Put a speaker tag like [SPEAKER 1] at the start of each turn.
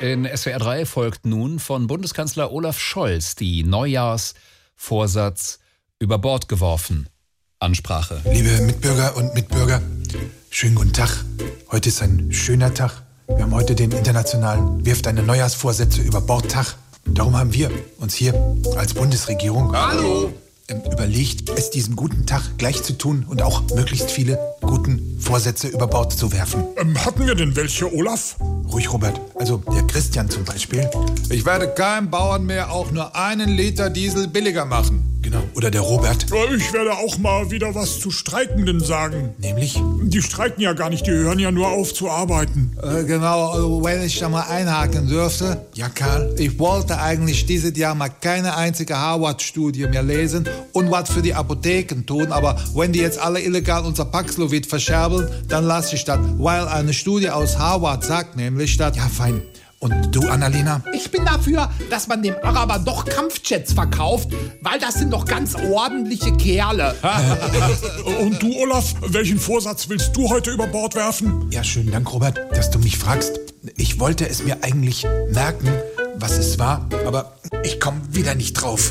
[SPEAKER 1] In SWR 3 folgt nun von Bundeskanzler Olaf Scholz die Neujahrsvorsatz über Bord geworfen. Ansprache.
[SPEAKER 2] Liebe Mitbürger und Mitbürger, schönen guten Tag. Heute ist ein schöner Tag. Wir haben heute den internationalen Wirf deine Neujahrsvorsätze über Bord Tag. Darum haben wir uns hier als Bundesregierung
[SPEAKER 3] Hallo.
[SPEAKER 2] ähm, überlegt, es diesem guten Tag gleich zu tun und auch möglichst viele guten Vorsätze über Bord zu werfen.
[SPEAKER 3] Ähm, hatten wir denn welche, Olaf?
[SPEAKER 2] Ruhig, Robert. Also der Christian zum Beispiel.
[SPEAKER 4] Ich werde keinem Bauern mehr auch nur einen Liter Diesel billiger machen.
[SPEAKER 2] Genau. Oder der Robert.
[SPEAKER 3] Äh, Ich werde auch mal wieder was zu Streikenden sagen.
[SPEAKER 2] Nämlich.
[SPEAKER 3] Die streiken ja gar nicht, die hören ja nur auf zu arbeiten.
[SPEAKER 4] Äh, genau, also wenn ich da mal einhaken dürfte.
[SPEAKER 2] Ja, Karl.
[SPEAKER 4] Ich wollte eigentlich dieses Jahr mal keine einzige Harvard-Studie mehr lesen und was für die Apotheken tun, aber wenn die jetzt alle illegal unser Paxlovid verscherbeln, dann lasse ich das, weil eine Studie aus Harvard sagt nämlich, dass...
[SPEAKER 2] Ja, fein. Und du, Annalena?
[SPEAKER 5] Ich bin dafür, dass man dem Araber doch Kampfjets verkauft, weil das sind doch ganz ordentliche Kerle.
[SPEAKER 3] Äh, Und du, Olaf, welchen Vorsatz willst du heute über Bord werfen?
[SPEAKER 2] Ja, schönen Dank, Robert, dass du mich fragst. Ich wollte es mir eigentlich merken, was es war, aber ich komme wieder nicht drauf.